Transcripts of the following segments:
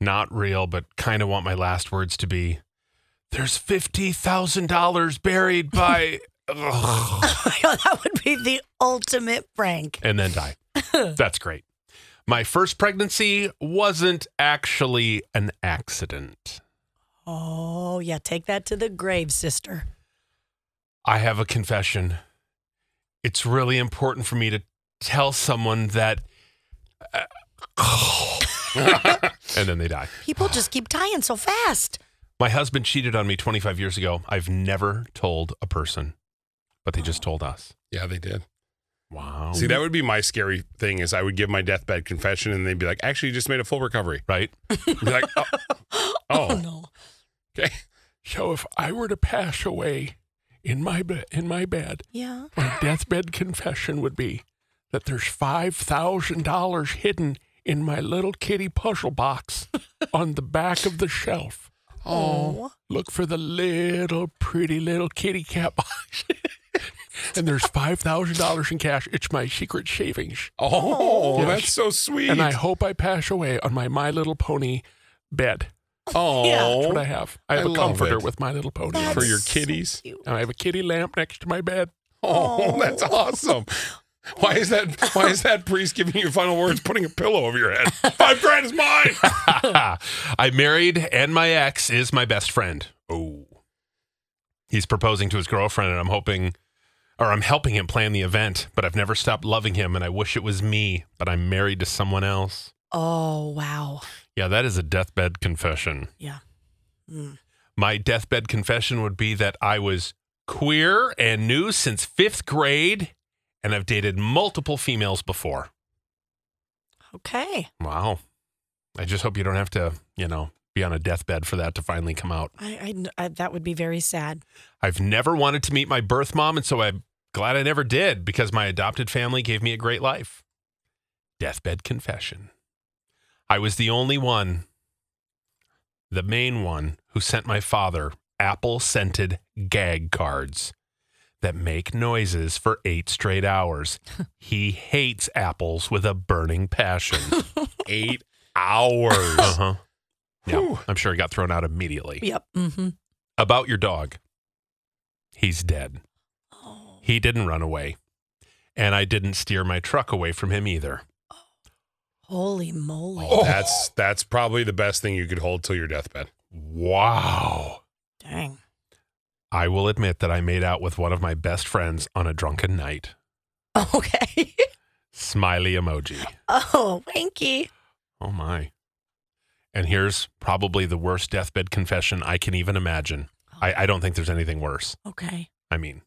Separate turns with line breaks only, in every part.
Not real, but kind of want my last words to be there's $50,000 buried by. Ugh.
that would be the ultimate prank.
and then die. That's great. My first pregnancy wasn't actually an accident.
Oh, yeah. Take that to the grave, sister.
I have a confession. It's really important for me to tell someone that. uh, and then they die.
People just keep dying so fast.
My husband cheated on me 25 years ago. I've never told a person, but they just told us.
Yeah, they did.
Wow.
See, that would be my scary thing is I would give my deathbed confession and they'd be like, actually, you just made a full recovery.
right?
I'd be like, oh,
Oh,
oh,
no.
okay.
So if I were to pass away in my be- in my bed,
Yeah.
my deathbed confession would be that there's five thousand dollars hidden in my little kitty puzzle box on the back of the shelf.
Oh.
Look for the little pretty little kitty cat box. and there's five thousand dollars in cash. It's my secret savings.
Oh,
Yes.
that's so sweet.
And I hope I pass away on my My Little Pony bed. That's
oh,
what I have. I
I
have a
love
comforter
it.
with My Little Pony.
That's
for your
so
kitties.
cute.
And I have a kitty lamp next to my bed.
Oh, that's awesome. Why is that? Why is that priest giving you final words, putting a pillow over your head? Five grand is mine.
I married, and my ex is my best friend. Oh. He's proposing to his girlfriend, and I'm hoping, or I'm helping him plan the event, but I've never stopped loving him, and I wish it was me, but I'm married to someone else.
Oh, wow.
Yeah, that is a deathbed confession.
Yeah. Mm.
My deathbed confession would be that I was queer and new since fifth grade, and I've dated multiple females before.
Okay.
Wow. I just hope you don't have to, you know, be on a deathbed for that to finally come out.
I, I, I that would be very sad.
I've never wanted to meet my birth mom, and so I'm glad I never did because my adopted family gave me a great life. Deathbed confession. I was the only one, the main one, who sent my father apple scented gag cards that make noises for eight straight hours. he hates apples with a burning passion.
Eight hours.
uh huh. Yeah,
Whew.
I'm sure he got thrown out immediately.
Yep. Mm-hmm.
About your dog, he's dead.
Oh.
He didn't run away. And I didn't steer my truck away from him either.
Holy moly.
Oh, That's that's probably the best thing you could hold till your deathbed.
Wow.
Dang.
I will admit that I made out with one of my best friends on a drunken night.
Okay.
Smiley emoji.
oh, winky.
Oh my. And here's probably the worst deathbed confession I can even imagine. I, I don't think there's anything worse.
Okay.
I mean,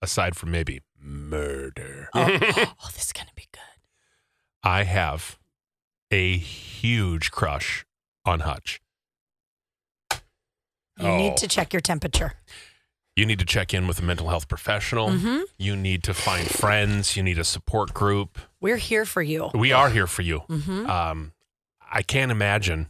aside from maybe murder.
Oh, oh, this is going to be good.
I have a huge crush on Hutch.
You
Oh.
need to check your temperature.
You need to check in with a mental health professional.
Mm-hmm.
You need to find friends. You need a support group.
We're here for you.
We are here for you.
Mm-hmm.
Um, I can't imagine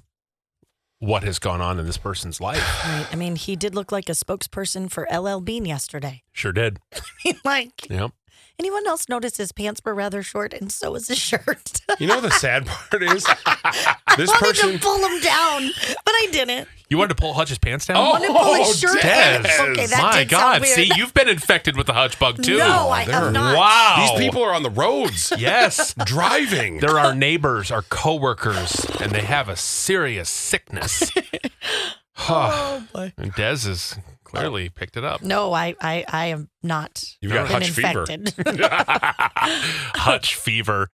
what has gone on in this person's life.
Right. I mean, he did look like a spokesperson for LL Bean yesterday.
Sure did.
I mean, like,
Yep.
anyone else notice his pants were rather short and so was his shirt?
You know what the sad part is? This
I wanted
person.
to pull him down, but I didn't.
You wanted to pull Hutch's pants down?
wanted to pull his shirt
Oh, Des.
down. Okay, that
My
Oh, did sound
God.
weird.
See, you've been infected with the Hutch bug too.
No, I have not.
Wow.
These people are on the roads
Yes.
driving.
They're our neighbors, our coworkers, and they have a serious sickness. Huh.
Oh,
and Des has clearly picked it up.
No, I, I, I am not.
You've got
been
Hutch fever.
infected.
Hutch fever.